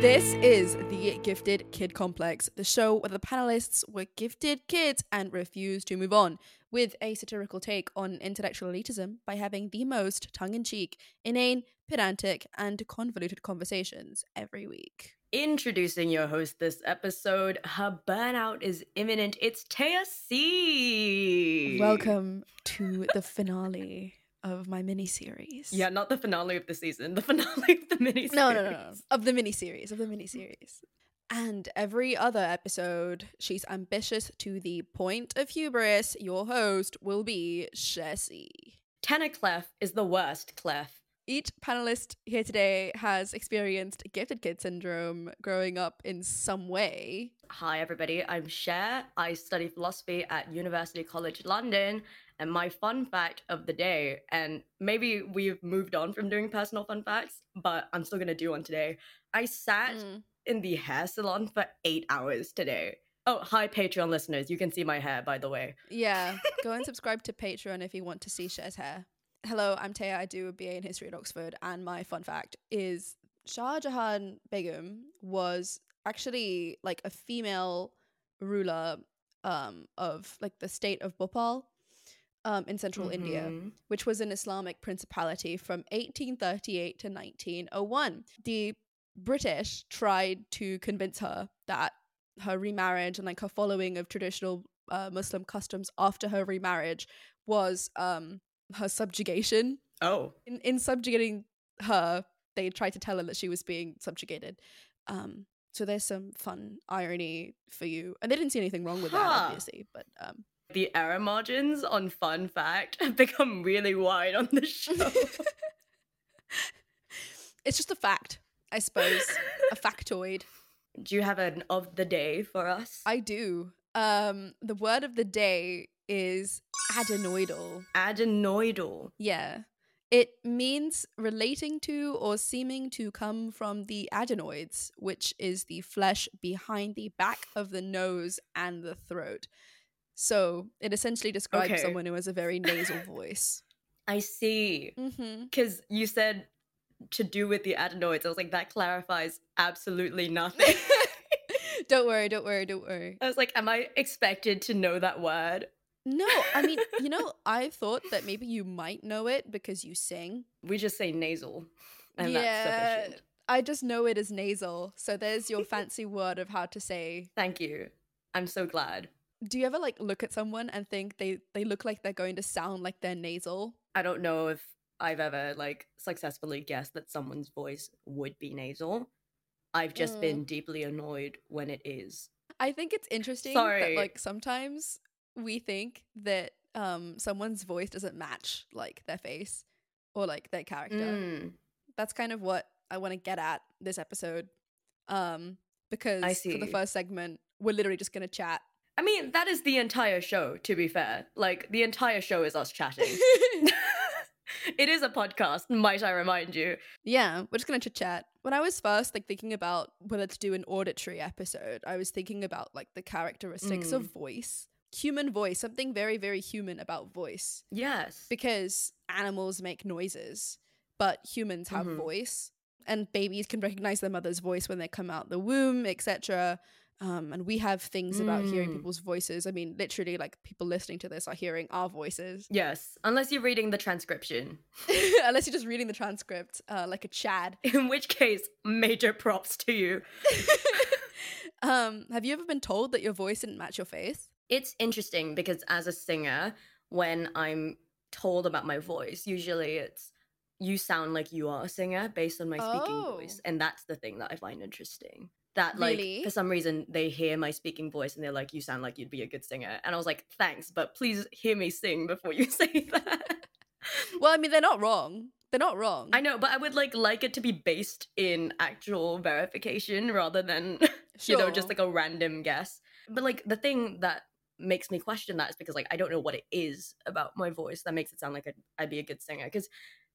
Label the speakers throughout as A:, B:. A: This is the Gifted Kid Complex, the show where the panelists were gifted kids and refused to move on, with a satirical take on intellectual elitism by having the most tongue in cheek, inane, pedantic, and convoluted conversations every week.
B: Introducing your host this episode, her burnout is imminent. It's Taya C.
A: Welcome to the finale of my mini series.
B: Yeah, not the finale of the season, the finale of the mini
A: No, no, no, no. Of the miniseries, of the miniseries. And every other episode, she's ambitious to the point of hubris. Your host will be Jessie.
B: Tenor clef is the worst clef.
A: Each panelist here today has experienced gifted kid syndrome growing up in some way.
B: Hi, everybody. I'm Cher. I study philosophy at University College London. And my fun fact of the day, and maybe we've moved on from doing personal fun facts, but I'm still going to do one today. I sat
A: Mm.
B: in the hair salon for eight hours today. Oh, hi, Patreon listeners. You can see my hair, by the way.
A: Yeah, go and subscribe to Patreon if you want to see Cher's hair. Hello, I'm Taya. I do a BA in history at Oxford, and my fun fact is Shah Jahan Begum was actually like a female ruler um, of like the state of Bhopal um, in central India
B: Mhm.
A: which was an Islamic principality from 1838 to 1901. The British tried to convince her that her remarriage and like her following of traditional uh, Muslim customs after her remarriage was um, her subjugation.
B: Oh,
A: In, in subjugating her, they tried to tell her that she was being subjugated. Um, so there's some fun irony for you, and they didn't see anything wrong with that,
B: Huh.
A: obviously. But um,
B: the error margins on fun fact have become really wide on the show.
A: it's just a fact, I suppose, a factoid.
B: Do you have an of the day for us?
A: I do. Um, the word of the day is adenoidal.
B: Adenoidal.
A: Yeah. It means relating to or seeming to come from the adenoids, which is the flesh behind the back of the nose and the throat. So it essentially describes
B: Okay.
A: someone who has a very nasal voice.
B: I see.
A: hmm
B: Because you said to do with the adenoids. I was like, that clarifies absolutely nothing.
A: don't worry, don't worry, don't worry.
B: I was like, am I expected to know that word?
A: No, I mean, you know, I thought that maybe you might know it because you sing.
B: We just say nasal, and
A: Yeah.
B: that's sufficient.
A: I just know it is nasal. So there's your fancy word of how to say.
B: Thank you. I'm so glad.
A: Do you ever like look at someone and think they they look like they're going to sound like they're nasal?
B: I don't know if I've ever like successfully guessed that someone's voice would be nasal. I've just
A: Mm.
B: been deeply annoyed when it is.
A: I think it's interesting that
B: Sorry.
A: like sometimes we think that um someone's voice doesn't match like their face or like their character.
B: Mm,
A: That's kind of what I want to get at this episode. Um because for the
B: see.
A: first segment we're literally just going to chat.
B: I mean, that is the entire show, to be fair. Like, the entire show is us chatting. it is a podcast, might I remind you.
A: Yeah, we're just gonna chit chat. When I was first like thinking about whether to do an auditory episode, I was thinking about like the characteristics of voice, human voice, something very, very human about voice,
B: Yes.
A: because animals make noises, but humans have
B: Mhm.
A: voice, and babies can recognize their mother's voice when they come out the womb, etc. Um, and we have things about hearing
B: Mm.
A: people's voices. I mean, literally, like people listening to this are hearing our voices,
B: yes. Unless you're reading the transcription,
A: unless you're just reading the transcript, uh, like a Chad.
B: in which case, major props to you.
A: um, have you ever been told that your voice didn't match your face?
B: It's interesting because as a singer, when I'm told about my voice, usually it's you sound like you are a singer based on my speaking voice.
A: Oh.
B: And that's the thing that I find interesting. That like
A: Really?
B: for some reason they hear my speaking voice and they're like, You sound like you'd be a good singer. And I was like, Thanks, but please hear me sing before you say that.
A: Well, I mean, they're not wrong. They're not wrong.
B: I know, but I would like like it to be based in actual verification rather than you know, just
A: Sure.
B: like a random guess. But like the thing that makes me question that is because like I don't know what it is about my voice that makes it sound like I'd, I'd be a good singer. Because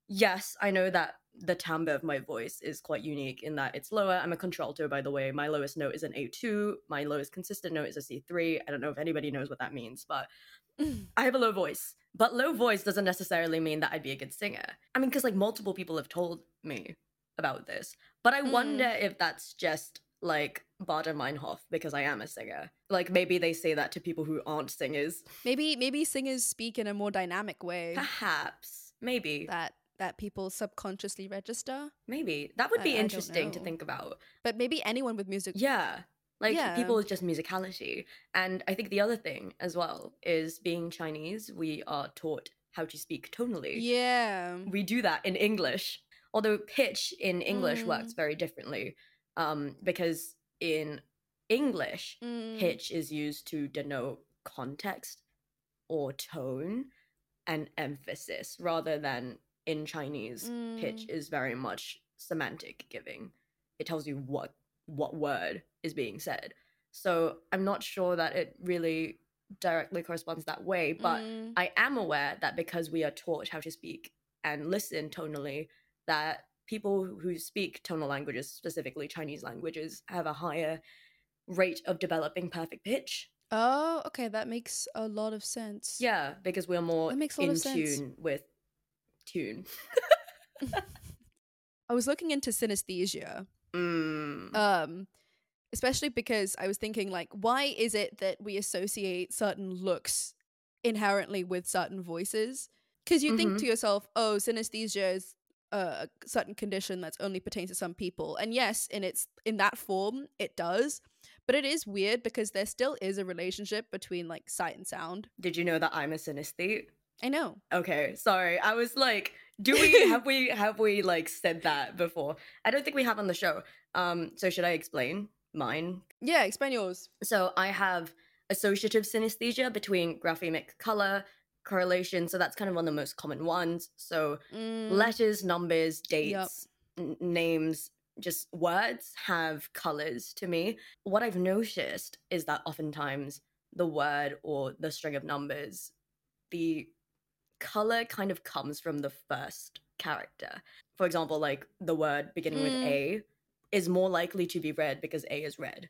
B: yes, I know that the timbre of my voice is quite unique in that it's lower. I'm a contralto, by the way. My lowest note is an A2. My lowest consistent note is a C3. I don't know if anybody knows what that means, but I have a low voice. But low voice doesn't necessarily mean that I'd be a good singer. I mean, because like multiple people have told me about this. But I
A: Mm.
B: wonder if that's just like Bader Meinhof because I am a singer. Like maybe they say that to people who aren't singers.
A: Maybe maybe singers speak in a more dynamic way
B: Perhaps. Maybe.
A: that that people subconsciously register.
B: maybe. That would
A: I-
B: be
A: I don't
B: interesting to
A: know.
B: think about.
A: But maybe anyone with music
B: Yeah. Like
A: Yeah.
B: people with just musicality. And I think the other thing as well is being Chinese, we are taught how to speak tonally.
A: Yeah.
B: we do that in English. Although pitch in English
A: Mm.
B: works very differently, um, because in English,
A: Mm.
B: pitch is used to denote context or tone and emphasis rather than in Chinese, pitch
A: Mm.
B: is very much semantic giving. It tells you what what word is being said. So I'm not sure that it really directly corresponds that way, but
A: Mm.
B: I am aware that because we are taught how to speak and listen tonally, that people who speak tonal languages, specifically Chinese languages, have a higher rate of developing perfect pitch.
A: Oh, okay, that makes a lot of sense.
B: Yeah, because we're more
A: That makes a lot
B: in
A: of sense.
B: tune with tune.
A: I was looking into synesthesia.
B: Mm.
A: Um especially because I was thinking like why is it that we associate certain looks inherently with certain voices? Cuz you think
B: Mhm.
A: to yourself, "Oh, synesthesia is a certain condition that's only pertains to some people." And yes, in its in that form, it does. But it is weird because there still is a relationship between like sight and sound.
B: Did you know that I'm a synesthete?
A: I know.
B: Okay, sorry. I was like, do we have we have we like said that before? I don't think we have on the show. Um, so should I explain mine?
A: Yeah, explain yours.
B: So I have associative synesthesia between graphemic color, correlation. So that's kind of one of the most common ones. So
A: Mm,
B: letters, numbers, dates, n- names, just words have colors to me. What I've noticed is that oftentimes the word or the string of numbers, the color kind of comes from the first character. For example, like the word beginning with
A: Mm.
B: A is more likely to be red because A is red.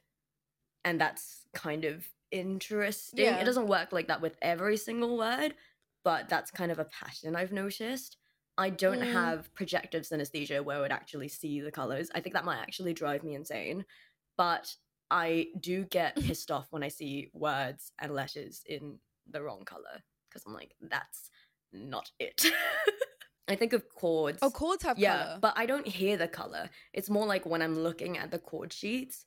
B: And that's kind of interesting.
A: Yeah.
B: It doesn't work like that with every single word, but that's kind of a pattern I've noticed. I don't
A: Mm.
B: have projective synesthesia where I would actually see the colors. I think that might actually drive me insane. But I do get pissed off when I see words and letters in the wrong color because I'm like, that's not it. I think of chords.
A: Oh, chords have
B: yeah,
A: color.
B: but I don't hear the color. It's more like when I'm looking at the chord sheets,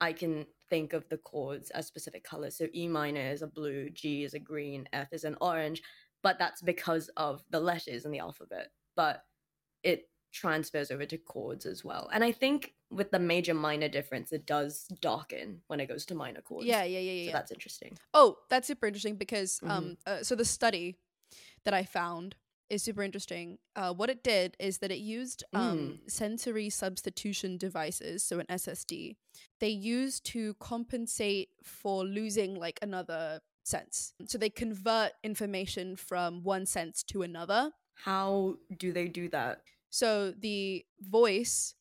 B: I can think of the chords as specific colors. So E minor is a blue, G is a green, F is an orange, but that's because of the letters in the alphabet. But it transfers over to chords as well. And I think with the major minor difference, it does darken when it goes to minor chords.
A: yeah, yeah, yeah, yeah.
B: So
A: yeah.
B: that's interesting.
A: Oh, that's super interesting because
B: Mhm.
A: um, uh, so the study that I found is super interesting. Uh, what it did is that it used um, sensory substitution devices, so an SSD. They used to compensate for losing like another sense, so they convert information from one sense to another.
B: How do they do that?
A: So the voice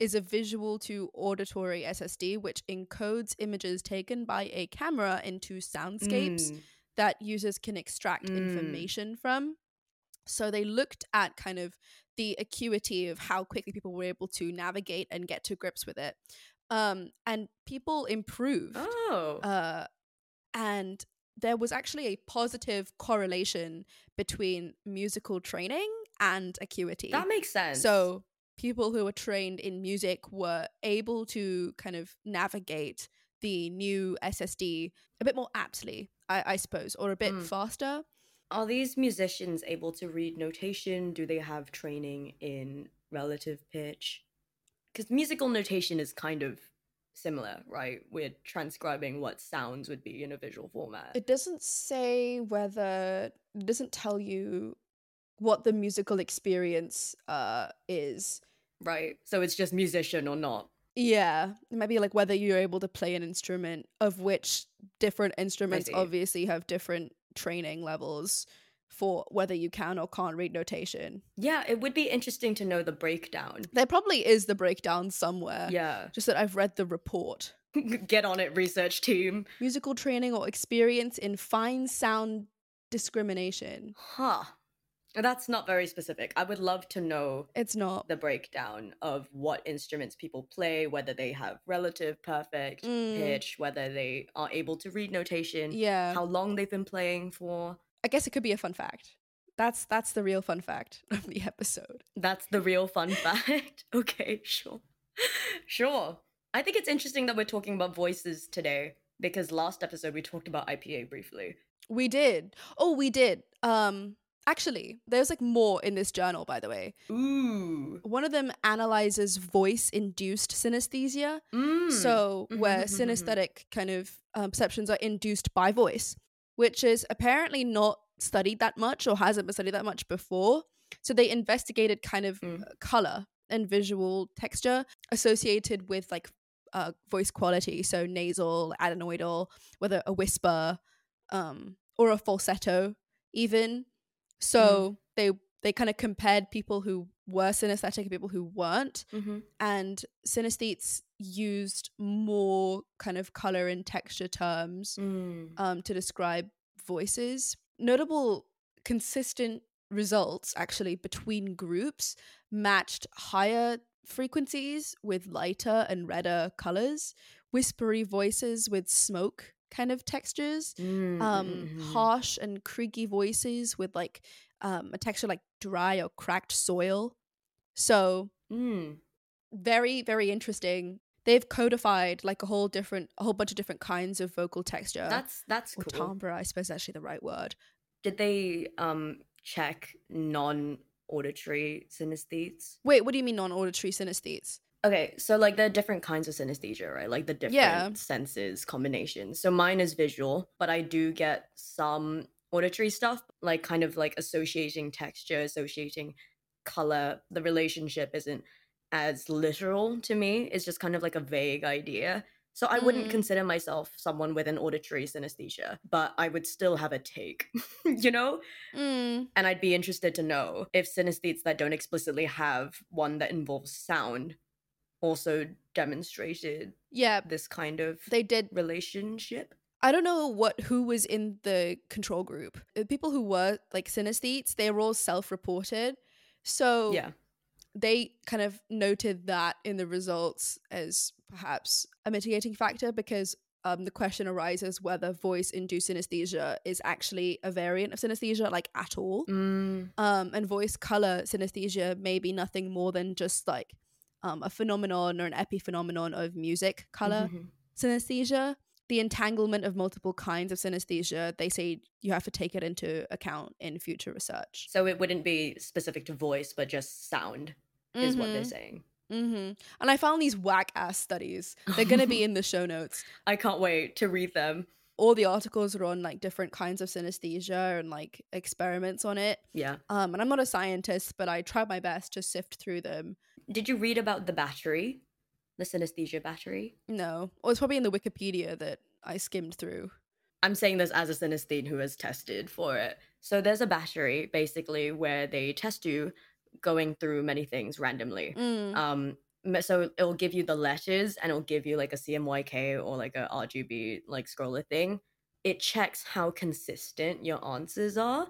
A: is a visual to auditory SSD, which encodes images taken by a camera into soundscapes
B: Mm.
A: that users can extract
B: Mm.
A: information from. So they looked at kind of the acuity of how quickly people were able to navigate and get to grips with it. Um, and people improved.
B: Oh.
A: Uh, and there was actually a positive correlation between musical training and acuity.
B: that makes sense.
A: So people who were trained in music were able to kind of navigate the new SSD a bit more aptly, I, I suppose, or a bit
B: Mm.
A: faster.
B: Are these musicians able to read notation? Do they have training in relative pitch? Because musical notation is kind of similar, right? We're transcribing what sounds would be in a visual format.
A: It doesn't say whether it doesn't tell you what the musical experience uh is.
B: right. So it's just musician or not.
A: Yeah, it might be like whether you're able to play an instrument, of which different instruments
B: see.
A: obviously have different training levels for whether you can or can't read notation.
B: Yeah, it would be interesting to know the breakdown.
A: There probably is the breakdown somewhere.
B: Yeah.
A: Just that I've read the report.
B: Get on it, research team.
A: Musical training or experience in fine sound discrimination.
B: Huh. That's not very specific. I would love to know
A: It's not.
B: the breakdown of what instruments people play, whether they have relative perfect
A: Mm.
B: pitch, whether they are able to read notation,
A: Yeah.
B: how long they've been playing for.
A: I guess it could be a fun fact. That's that's the real fun fact of the episode.
B: That's the real fun fact. okay, sure. Sure. I think it's interesting that we're talking about voices today because last episode we talked about IPA briefly.
A: We did. Oh, we did. Um actually, there's like more in this journal by the way.
B: Ooh.
A: One of them analyzes voice-induced synesthesia,
B: Mm.
A: so
B: Mhm,
A: where
B: mhm, mhm, mhm.
A: synesthetic kind of um, perceptions are induced by voice, which is apparently not studied that much or hasn't been studied that much before. So they investigated kind of
B: Mm.
A: uh, color and visual texture associated with like uh, voice quality, so nasal, adenoidal, whether a whisper um, or a falsetto,
B: Mm.
A: even. So they they kind of compared people who were synesthetic and people who weren't,
B: Mhm.
A: and synesthetes used more kind of color and texture terms
B: Mm.
A: um, to describe voices. Notable consistent results actually between groups matched higher frequencies with lighter and redder colors, whispery voices with smoke kind of textures,
B: Mm,
A: um,
B: mhm, mhm.
A: harsh and creaky voices with like um, a texture like dry or cracked soil. So
B: Mm.
A: very very interesting. They've codified like a whole different, a whole bunch of different kinds of vocal texture
B: That's that's
A: or
B: cool.
A: timbre, I suppose, is actually the right word.
B: Did they um check non auditory synesthetes?
A: Wait, what do you mean non-auditory synesthetes?
B: Okay, so like there are different kinds of synesthesia, right? Like the different
A: Yeah.
B: senses combinations. So mine is visual, but I do get some auditory stuff, like kind of like associating texture, associating color. The relationship isn't as literal to me. It's just kind of like a vague idea. So I wouldn't
A: Mm.
B: consider myself someone with an auditory synesthesia, but I would still have a take, you know?
A: Mm,
B: And I'd be interested to know if synesthetes that don't explicitly have one that involves sound also demonstrated
A: yeah,
B: this kind of
A: they did.
B: relationship.
A: I don't know what who was in the control group. The people who were like synesthetes, they were all self-reported. So
B: Yeah.
A: they kind of noted that in the results as perhaps a mitigating factor because um, the question arises whether voice-induced synesthesia is actually a variant of synesthesia, like at all.
B: Mm,
A: um, and voice color synesthesia may be nothing more than just like um, a phenomenon or an epiphenomenon of music color
B: mhm.
A: synesthesia. The entanglement of multiple kinds of synesthesia, they say you have to take it into account in future research.
B: So it wouldn't be specific to voice, but just sound is what they're
A: Mhm,
B: saying.
A: mhm. And I found these whack ass studies. They're going to be in the show notes.
B: I can't wait to read them.
A: All the articles are on like different kinds of synesthesia and like experiments on it.
B: Yeah.
A: Um, and I'm not a scientist, but I tried my best to sift through them.
B: Did you read about the battery? The synesthesia battery?
A: No. Well, it's probably in the Wikipedia that I skimmed through.
B: I'm saying this as a synesthete who has tested for it. So there's a battery basically where they test you going through many things randomly.
A: Mm.
B: Um, m- so it'll give you the letters and it'll give you like a CMYK or like a RGB like scroller thing. It checks how consistent your answers are.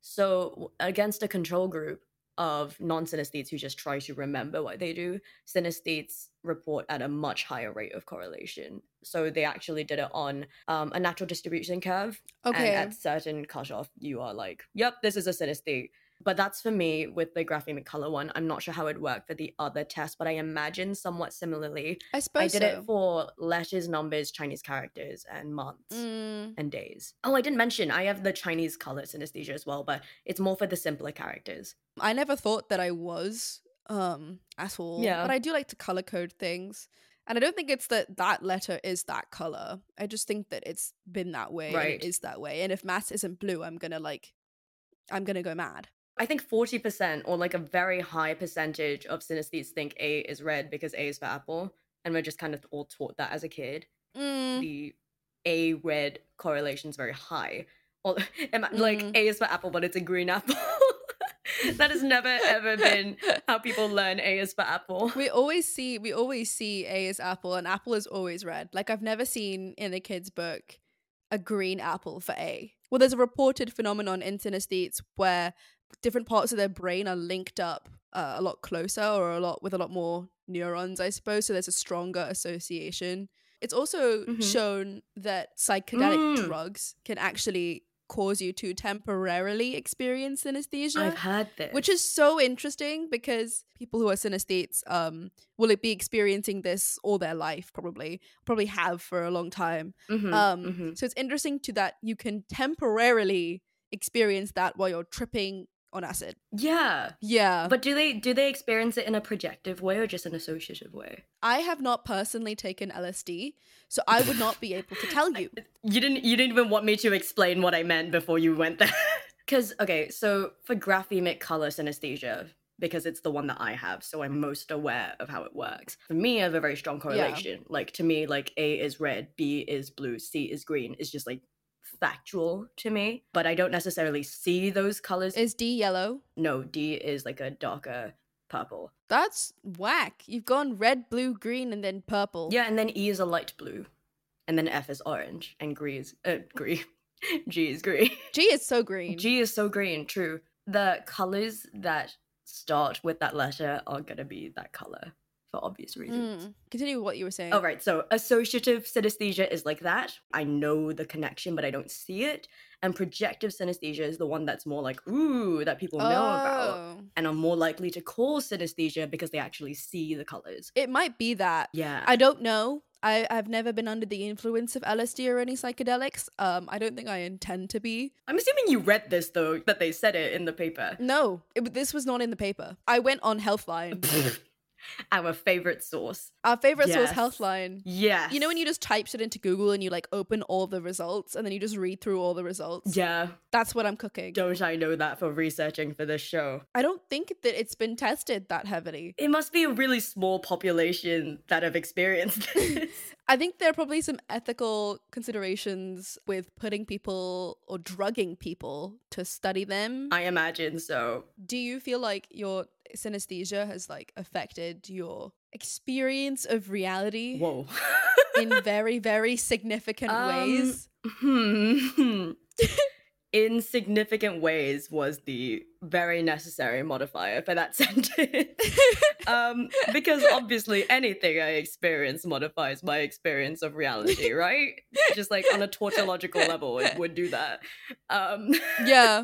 B: So w- against a control group of non-synesthetes who just try to remember what they do, synesthetes report at a much higher rate of correlation. So they actually did it on um, a natural distribution curve
A: okay.
B: and at certain cutoff, you are like, yep, this is a synesthete. But that's for me with the graphemic color one. I'm not sure how it worked for the other test, but I imagine somewhat similarly.
A: I suppose
B: I did
A: so.
B: it for letters, numbers, Chinese characters, and months
A: Mm.
B: and days. Oh, I didn't mention I have the Chinese color synesthesia as well, but it's more for the simpler characters.
A: I never thought that I was um at all.
B: Yeah.
A: But I do like to color code things. And I don't think it's that that letter is that color. I just think that it's been that way and
B: Right.
A: it is that way. And if mass isn't blue, I'm going to like I'm going to go mad.
B: I think 40% or like a very high percentage of synesthetes think A is red because A is for apple. And we're just kind of all taught that as a kid.
A: Mm.
B: the A red correlation is very high. Or, am I- like
A: Mm.
B: A is for apple, but it's a green apple. that has never ever been how people learn A is for apple.
A: We always see we always see A is apple and apple is always red. Like I've never seen in a kid's book a green apple for A. Well, there's a reported phenomenon in synesthetes where different parts of their brain are linked up uh, a lot closer or a lot with a lot more neurons, I suppose. So there's a stronger association. It's also
B: Mhm.
A: shown that psychedelic
B: Mm.
A: drugs can actually cause you to temporarily experience synesthesia
B: I've heard this.
A: uh, which is so interesting because people who are synesthetes um will be experiencing this all their life probably probably have for a long time
B: Mhm,
A: um
B: mhm.
A: so it's interesting to that you can temporarily experience that while you're tripping on acid
B: yeah.
A: yeah
B: But do they do they experience it in a projective way or just an associative way?
A: i have not personally taken lsd so i would not be able to tell you
B: You didn't you didn't even want me to explain what I meant before you went there. Cause okay, so for graphemic color synesthesia, because it's the one that I have, so I'm most aware of how it works. For me, I have a very strong correlation. Like to me, like A is red, B is blue, C is green. It's just like factual to me. But I don't necessarily see those colors.
A: is d yellow
B: no, D is like a darker purple.
A: that's whack you've gone red blue green and then purple
B: Yeah, and then E is a light blue, and then F is orange, and green is uh, green. G is green.
A: g is so green
B: G is so green. True. The colors that start with that letter are gonna be that color for obvious reasons.
A: Mm. continue with what you were saying
B: All Oh, right, so associative synesthesia is like that. I know the connection, but I don't see it. And projective synesthesia is the one that's more like, ooh, that people know about
A: Oh.
B: and are more likely to call synesthesia because they actually see the colors.
A: It might be that.
B: Yeah.
A: I don't know. I, I've never been under the influence of LSD or any psychedelics. Um, I don't think I intend to be.
B: I'm assuming you read this though, that they said it in the paper.
A: No, it, this was not in the paper. I went on Healthline,
B: Our favorite source.
A: our favorite source,
B: Yes.
A: Healthline.
B: Yes.
A: You know when you just type shit into Google and you like open all the results and then you just read through all the results.
B: Yeah,
A: That's what I'm cooking.
B: don't I know that for researching for this show?
A: I don't think that it's been tested that heavily.
B: It must be a really small population that have experienced this.
A: I think there are probably some ethical considerations with putting people or drugging people to study them.
B: I imagine so.
A: do you feel like your synesthesia has like affected your experience of reality
B: Whoa.
A: in very very significant
B: Um,
A: ways
B: Hmm. In significant ways was the very necessary modifier for that sentence. um, because obviously anything I experience modifies my experience of reality, right? Just like on a tautological level, it would do that. Um,
A: yeah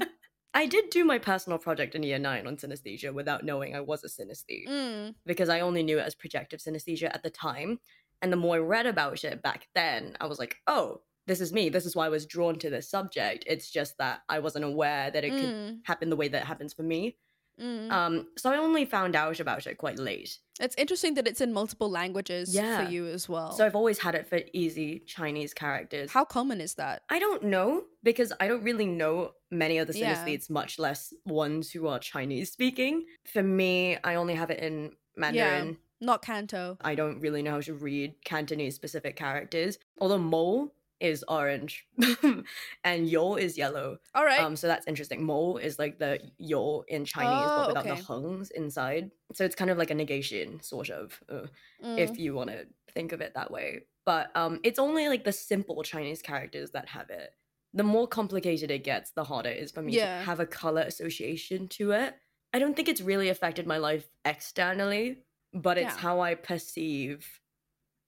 B: I did do my personal project in year nine on synesthesia without knowing I was a synesthete
A: mm.
B: because I only knew it as projective synesthesia at the time. And the more I read about it back then, I was like, oh, this is me. This is why I was drawn to this subject. It's just that I wasn't aware that it could
A: Mm.
B: happen the way that it happens for me.
A: Mm.
B: Um, so I only found out about it quite late.
A: it's interesting that it's in multiple languages
B: Yeah.
A: for you as well
B: So I've always had it for easy Chinese characters.
A: how common is that
B: I don't know because I don't really know many of the
A: Yeah.
B: synesthetes, much less ones who are Chinese speaking. For me, I only have it in Mandarin.
A: not canto
B: I don't really know how to read Cantonese specific characters. Although mole is orange and yo is yellow.
A: all right
B: Um, so that's interesting. Mole is like the yo in Chinese, but
A: Oh,
B: without
A: okay.
B: the hungs inside. So it's kind of like a negation, sort of. uh,
A: Mm.
B: if you want to think of it that way. But um, it's only like the simple Chinese characters that have it. The more complicated it gets, the harder it is for me
A: Yeah.
B: to have a color association to it. I don't think it's really affected my life externally, but it's
A: Yeah.
B: how I perceive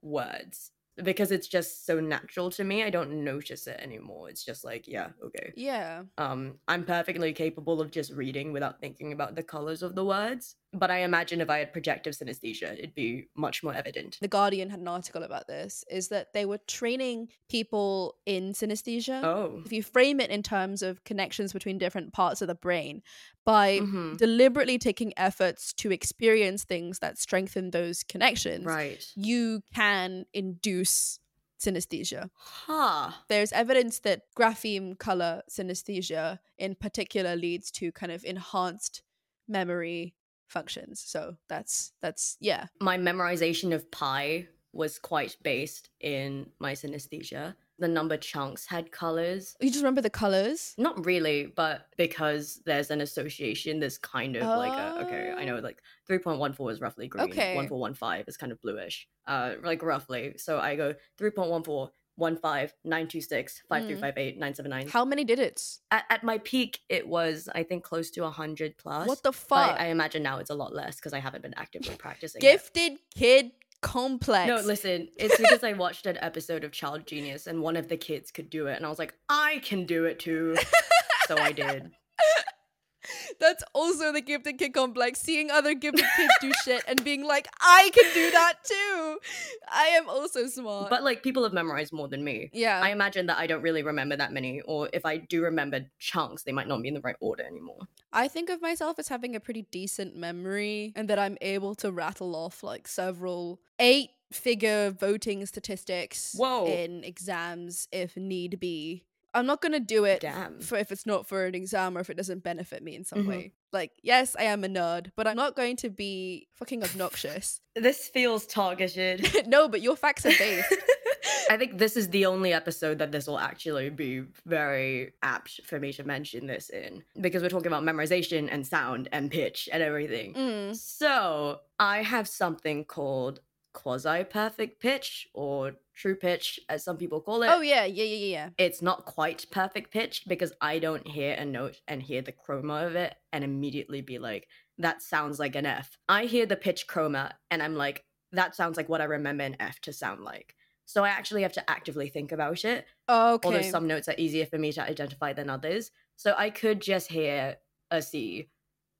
B: words because it's just so natural to me. I don't notice it anymore. It's just like, yeah, okay.
A: yeah
B: Um, I'm perfectly capable of just reading without thinking about the colors of the words. But I imagine if I had projective synesthesia, it'd be much more evident.
A: the guardian had an article about this is that they were training people in synesthesia
B: Oh.
A: if you frame it in terms of connections between different parts of the brain by
B: Mhm.
A: deliberately taking efforts to experience things that strengthen those connections,
B: Right.
A: you can induce synesthesia.
B: Huh.
A: There's evidence that grapheme color synesthesia in particular leads to kind of enhanced memory functions. So that's that's yeah.
B: My memorization of pi was quite based in my synesthesia. The number chunks had colors.
A: You just remember the colors?
B: Not really, but because there's an association, there's kind of like a, okay, I know
A: Oh.
B: like 3.14 is roughly green,
A: Okay.
B: 1415 is kind of bluish, uh, like roughly. So I go 3.14 one five nine two six five three
A: Mm.
B: five eight nine seven nine.
A: How many did it?
B: At, at my peak, it was I think close to hundred plus.
A: What the fuck?
B: But I imagine now it's a lot less because I haven't been actively practicing. it.
A: Gifted kid complex.
B: No, listen, it's because I watched an episode of Child Genius and one of the kids could do it, and I was like, I can do it too. so I did.
A: That's also the gifted kid complex. Seeing other gifted kids do shit and being like, I can do that too. I am also smart.
B: But like, people have memorized more than me.
A: yeah.
B: I imagine that I don't really remember that many, or if I do remember chunks, they might not be in the right order anymore.
A: I think of myself as having a pretty decent memory and that I'm able to rattle off like several eight figure voting statistics
B: Whoa.
A: in exams if need be. I'm not going to do it
B: Damn.
A: for if it's not for an exam or if it doesn't benefit me in some
B: Mhm.
A: way. Like, yes, I am a nerd, but I'm not going to be fucking obnoxious.
B: This feels targeted.
A: no, but your facts are based.
B: I think this is the only episode that this will actually be very apt for me to mention this in because we're talking about memorization and sound and pitch and everything.
A: Mm.
B: So I have something called quasi perfect pitch or true pitch, as some people call it.
A: Oh, yeah, yeah, yeah, yeah.
B: It's not quite perfect pitch because I don't hear a note and hear the chroma of it and immediately be like, that sounds like an F. I hear the pitch chroma and I'm like, that sounds like what I remember an F to sound like. So I actually have to actively think about it.
A: yeah. Okay.
B: Although some notes are easier for me to identify than others. So I could just hear a C,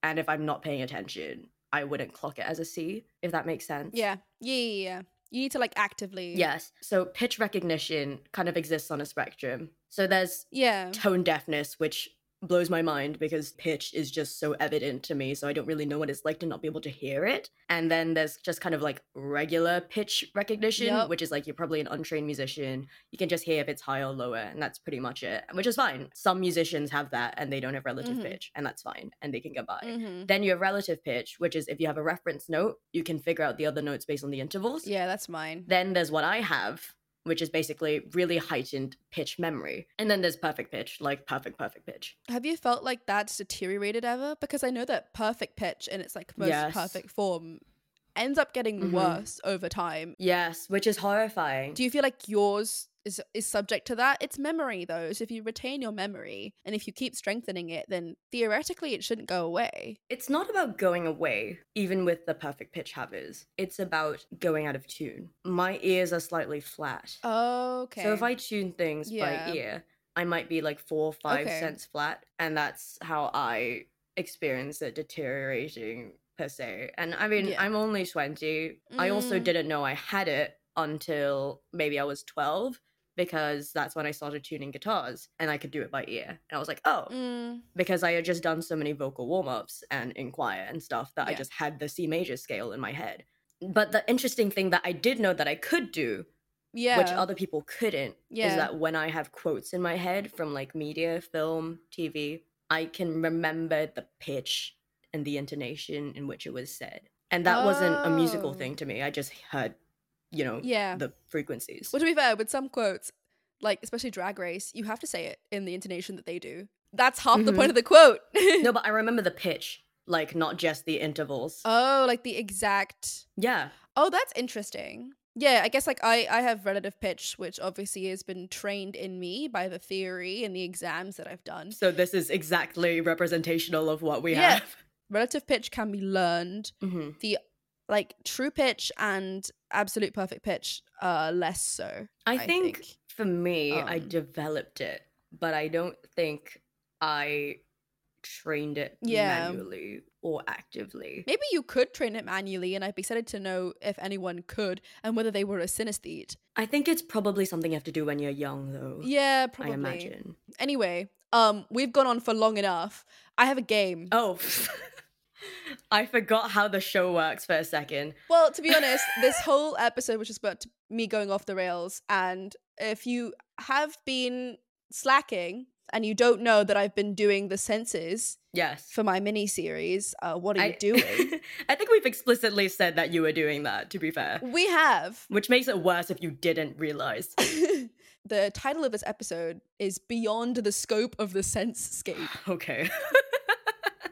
B: and if I'm not paying attention, I wouldn't clock it as a C, if that makes sense.
A: yeah. yeah, yeah, yeah. You need to like actively.
B: Yes. So pitch recognition kind of exists on a spectrum. So there's
A: Yeah.
B: tone deafness, which blows my mind because pitch is just so evident to me. So I don't really know what it's like to not be able to hear it. And then there's just kind of like regular pitch recognition,
A: Yup.
B: which is like you're probably an untrained musician. You can just hear if it's high or lower, and that's pretty much it, which is fine. Some musicians have that and they don't have relative
A: Mhm.
B: pitch, and that's fine, and they can get by.
A: hmm
B: Then you have relative pitch, which is if you have a reference note, you can figure out the other notes based on the intervals.
A: Yeah, that's mine.
B: Then there's what I have, which is basically really heightened pitch memory. And then there's perfect pitch, like perfect, perfect pitch.
A: Have you felt like that's deteriorated ever? Because I know that perfect pitch in its like most
B: Yes.
A: perfect form ends up getting
B: Mhm.
A: worse over time.
B: Yes, which is horrifying.
A: Do you feel like yours is is subject to that? It's memory though. So if you retain your memory and if you keep strengthening it, then theoretically it shouldn't go away.
B: it's not about going away, even with the perfect pitch havers. It's about going out of tune. My ears are slightly flat.
A: Okay.
B: So if I tune things
A: Yeah.
B: by ear, I might be like four or five
A: Okay.
B: cents flat. And that's how I experience it deteriorating per se. And I mean,
A: Yeah.
B: I'm only 20. I also
A: Mm.
B: didn't know I had it until maybe I was 12 because that's when I started tuning guitars and I could do it by ear. And I was like, oh,
A: Mm,
B: because I had just done so many vocal warm ups and in choir and stuff that I
A: Yeah.
B: just had the C major scale in my head. But the interesting thing that I did know that I could do
A: yeah.
B: which other people couldn't
A: Yeah.
B: is that when I have quotes in my head from like media, film, TV, I can remember the pitch and the intonation in which it was said. And that wasn't a musical
A: Oh.
B: thing to me. I just heard, you know,
A: yeah.
B: the frequencies.
A: Well, to be fair, with some quotes, like especially Drag Race, you have to say it in the intonation that they do. That's half the
B: Mm-hmm.
A: point of the quote.
B: no, but I remember the pitch, like not just the intervals.
A: Oh, like the exact.
B: yeah.
A: Oh, that's interesting. Yeah, I guess like I I have relative pitch, which obviously has been trained in me by the theory and the exams that I've done.
B: So this is exactly representational of what we
A: Yeah.
B: have.
A: Relative pitch can be learned.
B: hmm
A: Like true pitch and absolute perfect pitch, uh, less so.
B: I,
A: I
B: think,
A: think,
B: for me, I
A: um,
B: developed it, but I don't think I trained it
A: Yeah.
B: manually or actively.
A: Maybe you could train it manually, and I'd be excited to know if anyone could and whether they were a synesthete.
B: I think it's probably something you have to do when you're young, though.
A: Yeah, probably.
B: I imagine.
A: Anyway, um, we've gone on for long enough. I have a game.
B: Oh, I forgot how the show works for a second.
A: Well, to be honest, this whole episode was just about me going off the rails. And if you have been slacking and you don't know that I've been doing the senses
B: Yes.
A: for my mini series, uh, what are
B: I,
A: you doing?
B: I think we've explicitly said that you were doing that, to be fair,
A: we have.
B: which makes it worse if you didn't realize.
A: the title of this episode is Beyond the Scope of the Sensescape.
B: okay.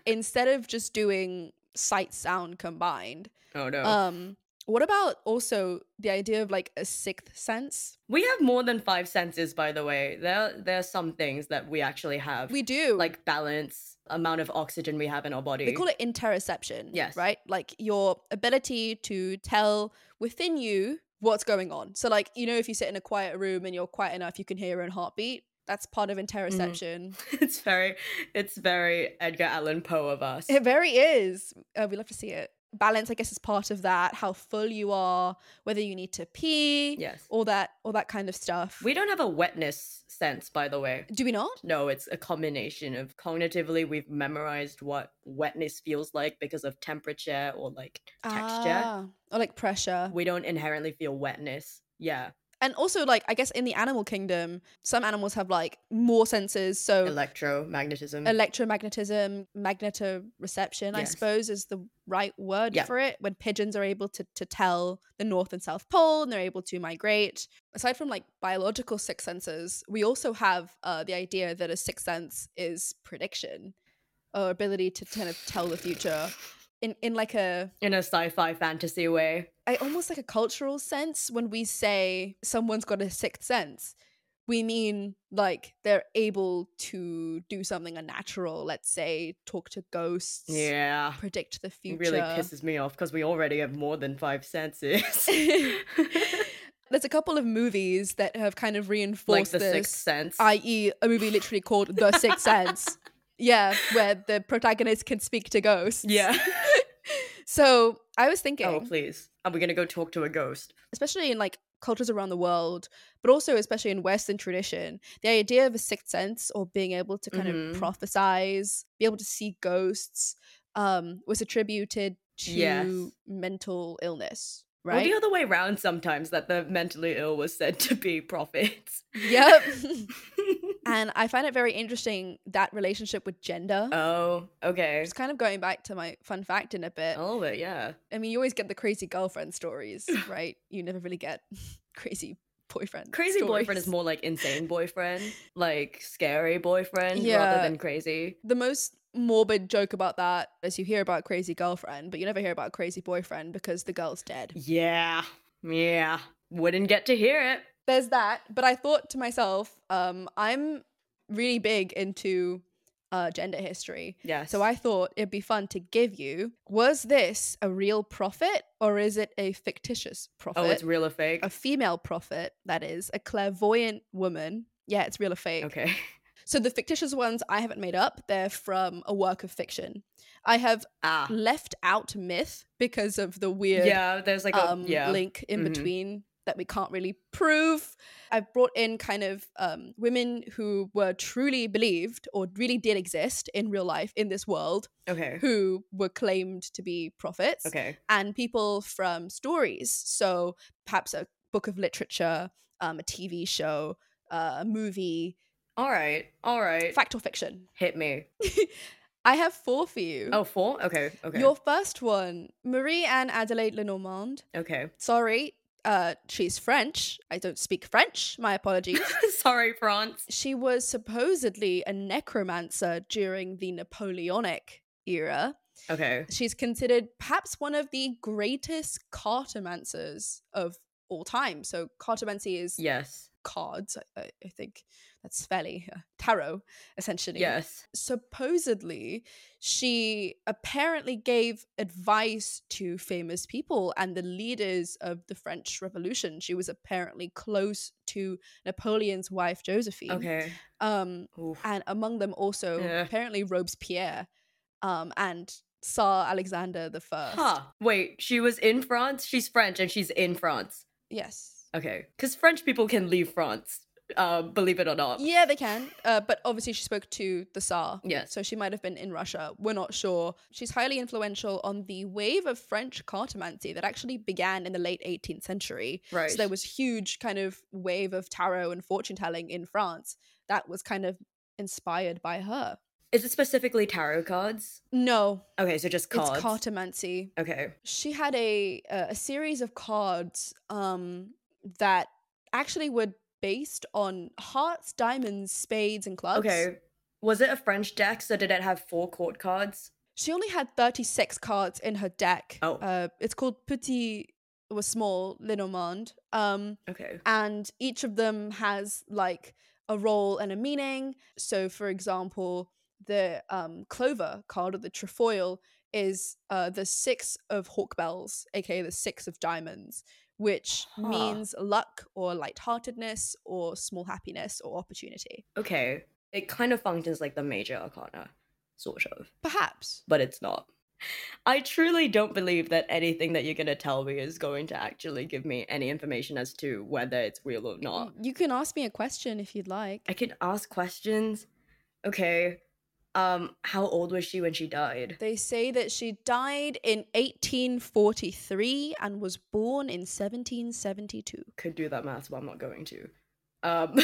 A: Instead of just doing sight sound combined,
B: Oh, no.
A: um, What about also the idea of like a sixth sense?
B: We have more than five senses, by the way. There, there are some things that we actually have.
A: We do.
B: like balance, amount of oxygen we have in our body.
A: they call it interoception.
B: Yes.
A: Right? Like your ability to tell within you what's going on. So, like, you know, if you sit in a quiet room and you're quiet enough, you can hear your own heartbeat. That's part
B: Mm.
A: of interoception.
B: it's very, it's very Edgar Allan Poe of us.
A: It very is. Uh, we love to see it. Balance, I guess, is part of that. How full you are, whether you need to pee,
B: yes.
A: all that, all that kind of stuff.
B: We don't have a wetness sense, by the way.
A: do we not?
B: No, it's a combination of cognitively, we've memorized what wetness feels like because of temperature or like texture.
A: Ah, or like pressure.
B: We don't inherently feel wetness. Yeah.
A: And also, like, I guess in the animal kingdom, some animals have like more senses. So,
B: Electromagnetism.
A: electromagnetism, magnetoreception, I
B: Yes.
A: suppose is the right word
B: Yeah.
A: for it. When pigeons are able to, to tell the North and South Pole and they're able to migrate. Aside from like biological sixth senses, we also have uh, the idea that a sixth sense is prediction or ability to kind of tell the future in, in like a
B: in a sci-fi fantasy way.
A: I almost like a cultural sense when we say someone's got a sixth sense. We mean like they're able to do something unnatural, let's say talk to ghosts,
B: Yeah.
A: predict the
B: It
A: future.
B: really pisses me off because we already have more than five senses.
A: There's a couple of movies that have kind of
B: like
A: reinforced
B: the sixth
A: this,
B: sense.
A: i.e., a movie literally called The Sixth Sense. Yeah, where the protagonist can speak to ghosts.
B: yeah.
A: So I was thinking.
B: Oh please. Are we gonna go talk to a ghost?
A: especially in like cultures around the world, but also especially in Western tradition, the idea of a sixth sense or being able to kind
B: Mhm.
A: of prophesize, be able to see ghosts, um, was attributed to
B: Yes.
A: mental illness,
B: Or
A: right?
B: the other way around sometimes that the mentally ill was said to be prophets.
A: yep. and I find it very interesting that relationship with gender.
B: oh, okay.
A: it's kind of going back to my fun fact in a bit.
B: All of it, yeah.
A: I mean, you always get the crazy girlfriend stories, right? You never really get crazy boyfriend.
B: Crazy boyfriend
A: stories.
B: is more like insane boyfriend, like scary boyfriend rather
A: Yeah.
B: than crazy.
A: the most morbid joke about that is you hear about crazy girlfriend, but you never hear about crazy boyfriend because the girl's dead.
B: Yeah. Yeah. Wouldn't get to hear it.
A: There's that. But I thought to myself, um, I'm really big into uh, gender history.
B: Yes.
A: So I thought it'd be fun to give you was this a real prophet or is it a fictitious prophet?
B: Oh, it's real or fake?
A: a female prophet, that is, a clairvoyant woman. Yeah, it's real or fake.
B: Okay.
A: So the fictitious ones I haven't made up, they're from a work of fiction. I have
B: Ah.
A: left out myth because of the weird
B: Yeah, there's like a
A: um,
B: yeah.
A: link in
B: Mhm.
A: between that we can't really prove. I've brought in kind of um, women who were truly believed or really did exist in real life in this world
B: Okay.
A: who were claimed to be prophets
B: Okay.
A: and people from stories. So perhaps a book of literature, um, a TV show, uh, a movie,
B: All right. All right.
A: fact or fiction.
B: Hit me.
A: I have four for you.
B: Oh, four? Okay. Okay.
A: Your first one, Marie Anne Adelaide Lenormand.
B: okay.
A: Sorry, uh, she's French. I don't speak French. My apologies.
B: Sorry, France.
A: she was supposedly a necromancer during the Napoleonic era.
B: Okay.
A: She's considered perhaps one of the greatest cartomancers of all time. So, cartomancy is
B: Yes.
A: cards. I, I- I think that's fairly uh, tarot, essentially
B: Yes.
A: supposedly she apparently gave advice to famous people and the leaders of the French Revolution. She was apparently close to Napoleon's wife Josephine.
B: Okay.
A: Um,
B: Oof.
A: and among them also
B: Yeah.
A: apparently Robespierre, um, and Tsar Alexander the First.
B: Huh. Wait, she was in France? She's French and she's in France.
A: Yes.
B: Okay. Because French people can leave France, uh, believe it or not.
A: Yeah, they can. Uh, but obviously, she spoke to the Tsar.
B: Yes.
A: So she might have been in Russia. We're not sure. She's highly influential on the wave of French cartomancy that actually began in the late 18th century.
B: Right.
A: So there was huge kind of wave of tarot and fortune telling in France that was kind of inspired by her.
B: Is it specifically tarot cards?
A: No,
B: Okay, so just cards.
A: it's cartomancy.
B: okay.
A: She had a a a series of cards um that actually were based on hearts, diamonds, spades and clubs.
B: Okay. Was it a French deck? So did it have four court cards?
A: She only had 36 cards in her deck.
B: Oh.
A: Uh, it's called Petit was small, Linomond. Um,
B: Okay.
A: and each of them has like a role and a meaning. So, for example, the um, clover card or the trefoil is uh, the six of hawk bells, aka the six of diamonds, which
B: Huh.
A: means luck or lightheartedness or small happiness or opportunity.
B: Okay. It kind of functions like the major arcana, sort of,
A: Perhaps.
B: but it's not. I truly don't believe that anything that you're going to tell me is going to actually give me any information as to whether it's real or not.
A: You can ask me a question if you'd like.
B: Mm. I can ask questions. Okay. Um, how old was she when she died?
A: They say that she died in 1843 and was born in 1772.
B: Could do that math, but I'm not going to. Um,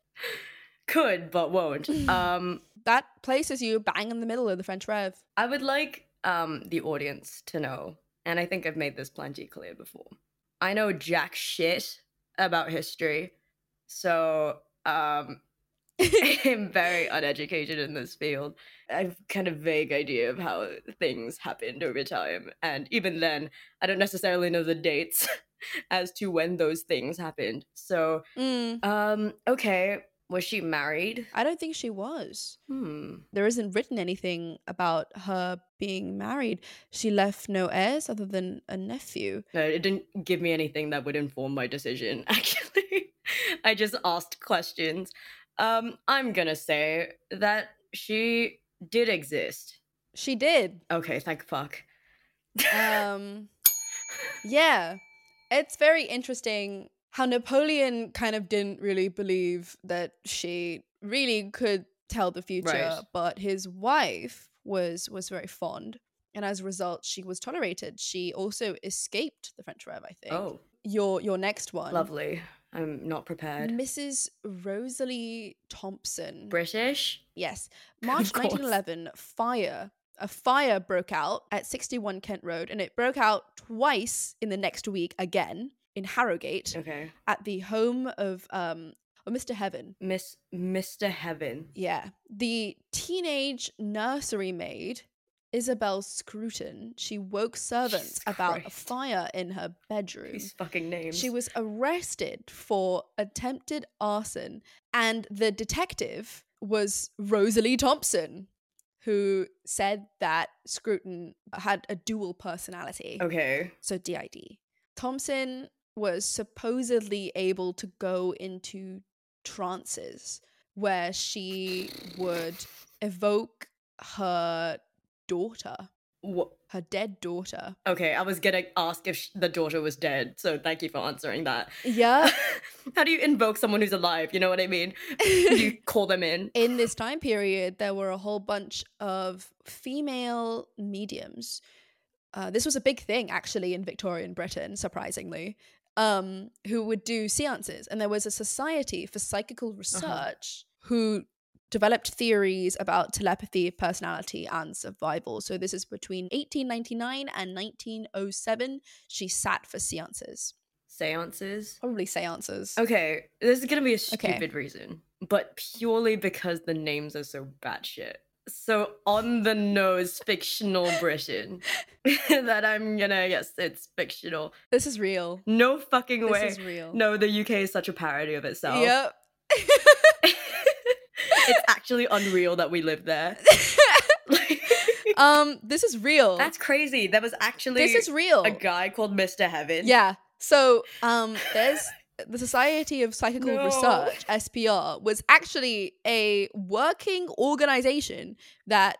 B: could, but won't. Um,
A: That places you bang in the middle of the French Rev.
B: I would like um, the audience to know, and I think I've made this plenty clear before. I know jack shit about history, so um, I'm very uneducated in this field. I've kind of vague idea of how things happened over time, and even then, I don't necessarily know the dates as to when those things happened. So,
A: Mm,
B: um, okay, was she married?
A: I don't think she was.
B: Hmm.
A: There isn't written anything about her being married. She left no heirs other than a nephew.
B: No, it didn't give me anything that would inform my decision, actually. I just asked questions. Um, I'm gonna say that she did exist.
A: She did.
B: Okay, thank fuck.
A: Um, yeah, it's very interesting how Napoleon kind of didn't really believe that she really could tell the future,
B: Right.
A: but his wife was was very fond, and as a result, she was tolerated. She also escaped the French Rev. I think.
B: oh,
A: Your your next one,
B: lovely. I'm not prepared.
A: Mrs. Rosalie Thompson.
B: British?
A: Yes. March
B: course.
A: 1911, fire. A fire broke out at 61 Kent Road, and it broke out twice in the next week again in Harrogate
B: Okay.
A: at the home of um, of Mr. Heaven.
B: Miss Mr. Heaven.
A: Yeah. The teenage nursery maid, Isabel Scruton, she woke servants
B: Jesus
A: about a
B: Christ.
A: fire in her bedroom.
B: These fucking names.
A: She was arrested for attempted arson, and the detective was Rosalie Thompson, who said that Scruton had a dual personality.
B: Okay.
A: So DID. Thompson was supposedly able to go into trances where she would evoke her daughter,
B: Wha
A: her dead daughter.
B: okay, I was gonna ask if sh- the daughter was dead, so thank you for answering that.
A: Yeah.
B: How do you invoke someone who's alive? You know what I mean? You call them in.
A: in this time period, there were a whole bunch of female mediums. Uh, this was a big thing, actually, in Victorian Britain, surprisingly, um, who would do seances. And there was a society for psychical research who developed theories about telepathy, personality, and survival. So this is between 1899 and 1907. She sat for seances,
B: Seances.
A: probably seances.
B: Okay, this is gonna be a
A: Okay.
B: stupid reason, but purely because the names are so batshit. So on the nose, fictional Britain. that I'm gonna yes, it's fictional.
A: This is real.
B: No fucking way.
A: This is real.
B: No, the UK is such a parody of itself.
A: Yep.
B: it's actually unreal that we live there. Like,
A: um, this is real.
B: That's crazy. There was actually
A: this is real.
B: a guy called Mr. Heaven.
A: Yeah. So um, there's the Society of Psychical
B: No.
A: Research (SPR) was actually a working organization that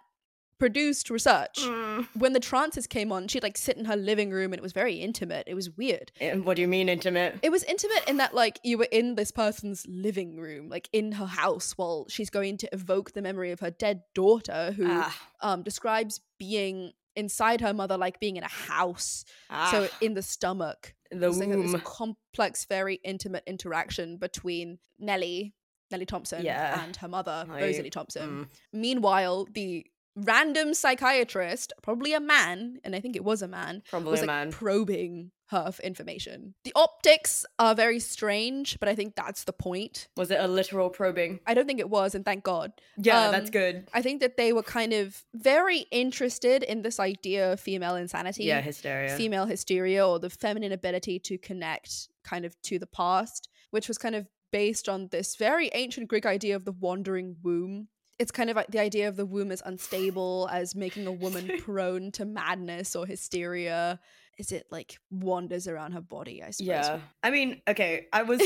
A: produced research.
B: Mm.
A: When the trances came on, she'd like sit in her living room, and it was very intimate. It was weird.
B: And what do you mean intimate?
A: It was intimate in that, like, you were in this person's living room, like in her house, while she's going to evoke the memory of her dead daughter, who
B: Ah,
A: um, describes being inside her mother like being in a house
B: ah,
A: so in the stomach
B: the
A: It's like a-
B: womb.
A: this complex very intimate interaction between nellie nellie thompson
B: Yeah.
A: and her mother
B: I-
A: rosalie thompson
B: Mm.
A: meanwhile the random psychiatrist, probably a man, and I think it was a man,
B: Probably
A: was like
B: a man.
A: probing her for information. The optics are very strange, but I think that's the point.
B: was it a literal probing?
A: I don't think it was, and thank God.
B: Yeah,
A: Um,
B: that's good.
A: I think that they were kind of very interested in this idea of female insanity,
B: Yeah, hysteria.
A: female hysteria, or the feminine ability to connect kind of to the past, which was kind of based on this very ancient Greek idea of the wandering womb. It's kind of like the idea of the womb as unstable, as making a woman prone to madness or hysteria. Is it like wanders around her body? I suppose.
B: yeah. I mean, okay, I was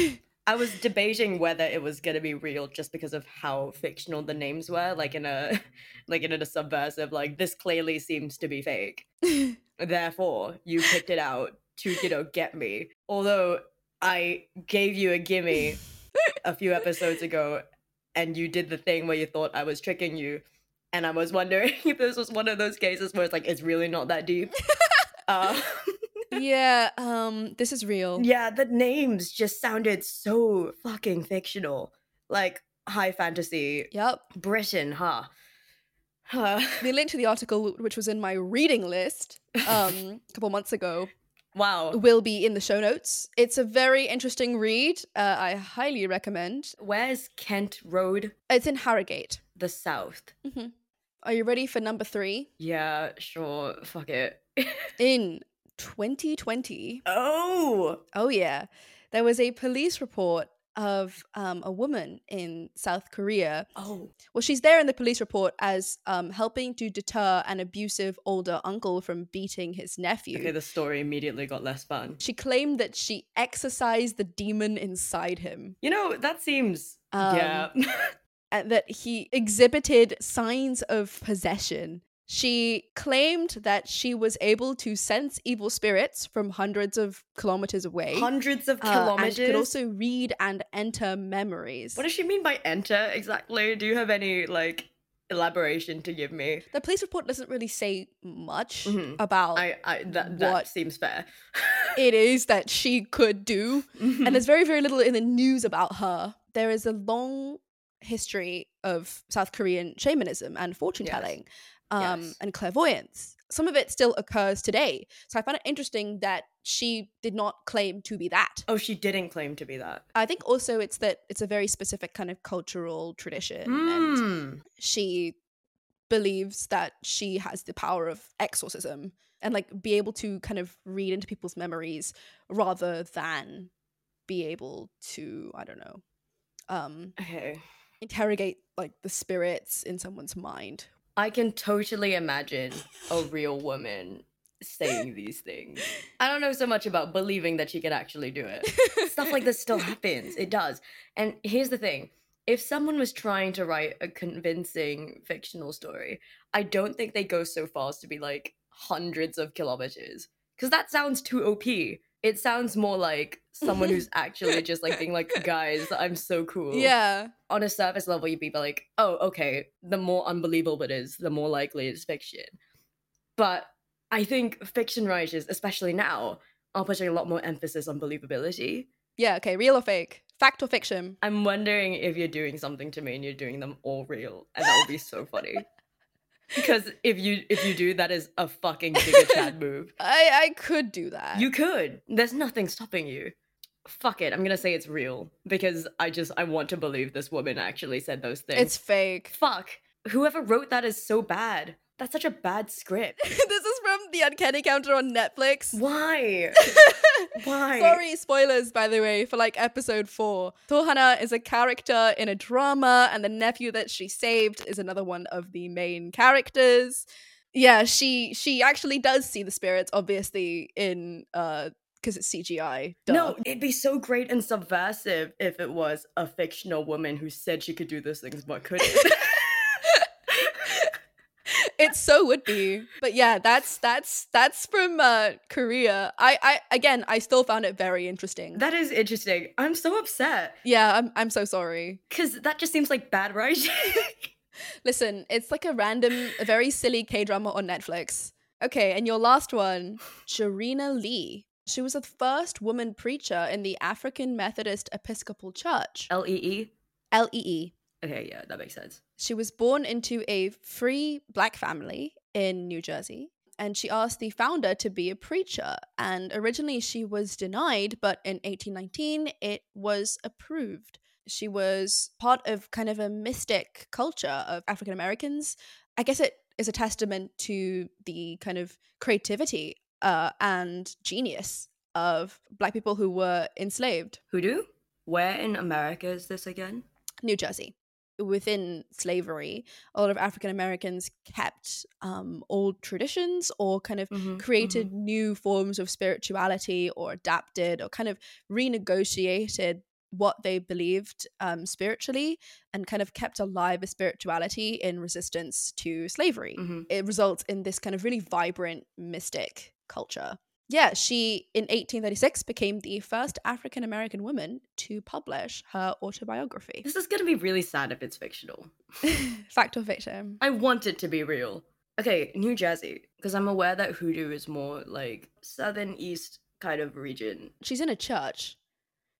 B: I was debating whether it was gonna be real just because of how fictional the names were, like in a like in a subversive, like this clearly seems to be fake. Therefore, you picked it out to, you know, get me. Although I gave you a gimme a few episodes ago, and you did the thing where you thought I was tricking you, and I was wondering if this was one of those cases where it's like it's really not that deep. uh,
A: yeah. Um. This is real.
B: yeah, the names just sounded so fucking fictional, like high fantasy
A: Yep.
B: Britain, huh? Huh.
A: the link to the article which was in my reading list um, a couple months ago
B: Wow.
A: will be in the show notes it's a very interesting read uh, i highly recommend
B: Where's Kent Road?
A: it's in harrogate
B: The South.
A: are you ready for number three
B: Yeah, sure. Fuck it.
A: in 2020
B: Oh,
A: oh yeah there was a police report of um, a woman in south korea
B: oh,
A: Well, she's there in the police report as um, helping to deter an abusive older uncle from beating his nephew.
B: okay. The story immediately got less fun.
A: She claimed that she exorcised the demon inside him
B: You know that seems
A: Um,
B: yeah.
A: and uh, that he exhibited signs of possession. She claimed that she was able to sense evil spirits from hundreds of kilometers away.
B: Hundreds of
A: uh, and
B: kilometers.
A: could also read and enter memories.
B: What does she mean by enter exactly? Do you have any like elaboration to give me?
A: the police report doesn't really say much
B: Mhm.
A: about
B: I, I that that
A: What?
B: seems fair.
A: it is that she could do. and
B: Mm.
A: there's very very little in the news about her there is a long history of south korean shamanism and fortune
B: Yes.
A: telling um,
B: Yes.
A: and clairvoyance some of it still occurs today so i found it interesting that she did not claim to be that
B: oh, she didn't claim to be that.
A: i think also it's that it's a very specific kind of cultural tradition and
B: Mm.
A: she believes that she has the power of exorcism and like be able to kind of read into people's memories rather than be able to i don't know um
B: Okay.
A: interrogate like the spirits in someone's mind
B: I can totally imagine a real woman saying these things. I don't know so much about believing that she could actually do it. Stuff like this still happens. It does. And here's the thing if someone was trying to write a convincing fictional story, I don't think they go so far as to be like hundreds of kilometers. Because that sounds too OP. It sounds more like someone who's actually just like being like, guys, I'm so cool
A: yeah
B: on a surface level, you'd be like, oh, okay, the more unbelievable it is, the more likely it's fiction. But I think fiction writers, especially now, are putting a lot more emphasis on believability.
A: yeah okay real or fake fact or fiction
B: I'm wondering if you're doing something to me and you're doing them all real, and that would be so funny. Because if you if you do, that is a fucking bigger Chad move.
A: i i could do that
B: You could. There's nothing stopping you. Fuck it. I'm gonna say it's real because I just I want to believe this woman actually said those things.
A: it's fake
B: Fuck. Whoever wrote that is so bad. That's such a bad script.
A: this is from the uncanny counter on netflix
B: Why? Why?
A: Sorry, spoilers, by the way, for like episode four. Tohana is a character in a drama, and the nephew that she saved is another one of the main characters. Yeah, she she actually does see the spirits, obviously, in uh because it's CGI. Duh.
B: No, it'd be so great and subversive if it was a fictional woman who said she could do those things but couldn't.
A: it so would be. But yeah, that's that's that's from uh Korea. I I again I still found it very interesting.
B: that is interesting. I'm so upset
A: yeah, I'm I'm so sorry.
B: because that just seems like bad writing.
A: Listen, it's like a random, a very silly K drama on Netflix. Okay, and your last one, Sharina Lee. She was the first woman preacher in the African Methodist Episcopal Church,
B: L E E.
A: LEE.
B: Okay, yeah, that makes sense.
A: She was born into a free black family in New Jersey, and she asked the founder to be a preacher. And originally she was denied, but in 1819 it was approved. She was part of kind of a mystic culture of African Americans. I guess it is a testament to the kind of creativity uh, and genius of black people who were enslaved.
B: Hoodoo? Where in America is this again?
A: New Jersey. Within slavery, a lot of African Americans kept um, old traditions or kind of
B: Mhm,
A: created
B: mhm.
A: new forms of spirituality or adapted or kind of renegotiated what they believed um, spiritually and kind of kept alive a spirituality in resistance to slavery
B: Mhm.
A: it results in this kind of really vibrant mystic culture. Yeah, she in 1836 became the first African American woman to publish her autobiography.
B: This is gonna be really sad if it's fictional.
A: Fact or fiction?
B: I want it to be real. Okay, New Jersey, because I'm aware that hoodoo is more like southern east kind of region.
A: She's in a church,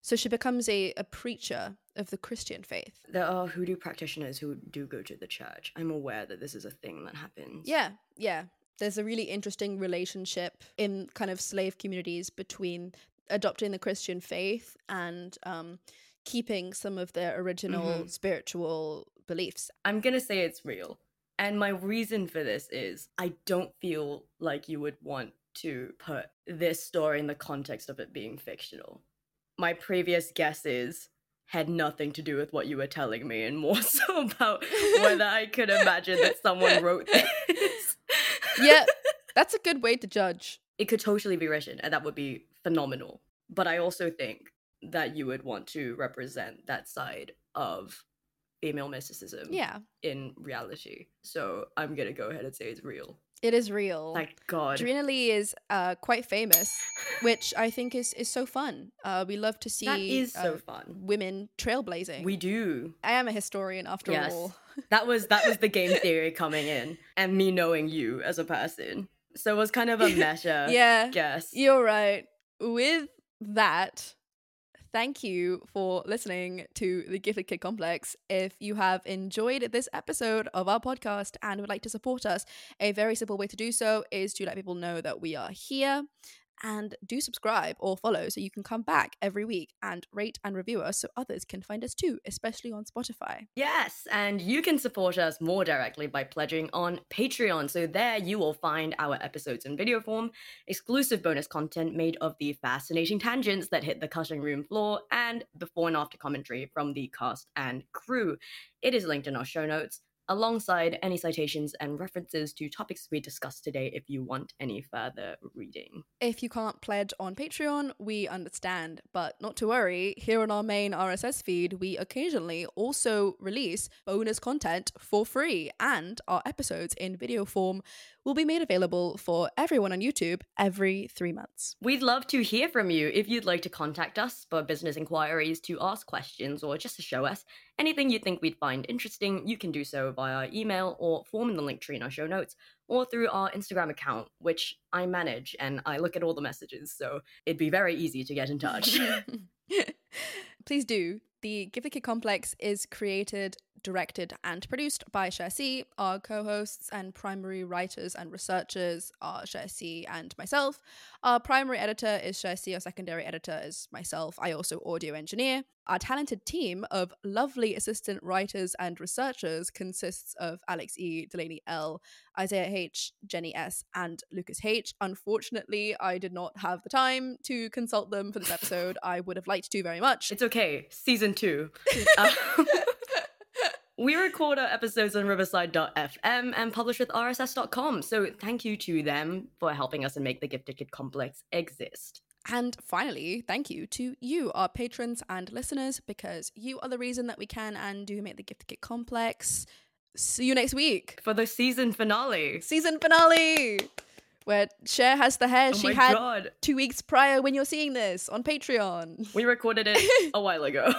A: so she becomes a, a preacher of the Christian faith.
B: There are hoodoo practitioners who do go to the church. I'm aware that this is a thing that happens.
A: Yeah, yeah. There's a really interesting relationship in kind of slave communities between adopting the Christian faith and um, keeping some of their original
B: Mhm.
A: spiritual beliefs.
B: I'm gonna say it's real. And my reason for this is I don't feel like you would want to put this story in the context of it being fictional. My previous guesses had nothing to do with what you were telling me and more so about whether I could imagine that someone wrote this.
A: yeah, that's a good way to judge.
B: It could totally be written and that would be phenomenal. But I also think that you would want to represent that side of female mysticism
A: Yeah,
B: in reality. So I'm gonna go ahead and say it's real.
A: it is real.
B: Thank God.
A: Drina Lee is uh, quite famous, which I think is is so fun. Uh, we love to see
B: that is so
A: uh,
B: fun.
A: women trailblazing.
B: We do.
A: I am a historian after
B: Yes.
A: all.
B: That was that was the game theory coming in, and me knowing you as a person. So it was kind of a measure.
A: Yeah,
B: Guess.
A: you're right. With that, thank you for listening to the Gifted Kid Complex. If you have enjoyed this episode of our podcast and would like to support us, a very simple way to do so is to let people know that we are here and do subscribe or follow so you can come back every week and rate and review us so others can find us too, especially on Spotify.
B: Yes, and you can support us more directly by pledging on Patreon. So, there you will find our episodes in video form, exclusive bonus content made of the fascinating tangents that hit the cutting room floor, and before and after commentary from the cast and crew. It is linked in our show notes, alongside any citations and references to topics we discussed today if you want any further reading.
A: If you can't pledge on Patreon, we understand, but not to worry. Here on our main RSS feed, we occasionally also release bonus content for free, and our episodes in video form will be made available for everyone on YouTube every three months.
B: We'd love to hear from you if you'd like to contact us for business inquiries, to ask questions, or just to show us anything you think we'd find interesting. You can do so via our email or form in the link tree in our show notes, or through our Instagram account, which I manage and I look at all the messages, so it'd be very easy to get in touch.
A: Please do. The Give the Kid Complex is created, directed, and produced by Shersi. Our co hosts and primary writers and researchers are Shersi and myself. Our primary editor is Shersi, our secondary editor is myself. I also audio engineer. Our talented team of lovely assistant writers and researchers consists of Alex E., Delaney L., Isaiah H, Jenny S, and Lucas H. Unfortunately, I did not have the time to consult them for this episode. I would have liked to very much.
B: it's okay, season two. Um, We record our episodes on riverside.fm and publish with rss.com, so thank you to them for helping us and make the Gifted Kid Complex exist.
A: And finally, thank you to you, our patrons and listeners, because you are the reason that we can and do make the gift kit complex. See you next week.
B: for the season finale.
A: Season finale, where Cher has the hair
B: oh
A: she
B: my
A: had
B: god.
A: two weeks prior when you're seeing this on Patreon.
B: We recorded it a while ago.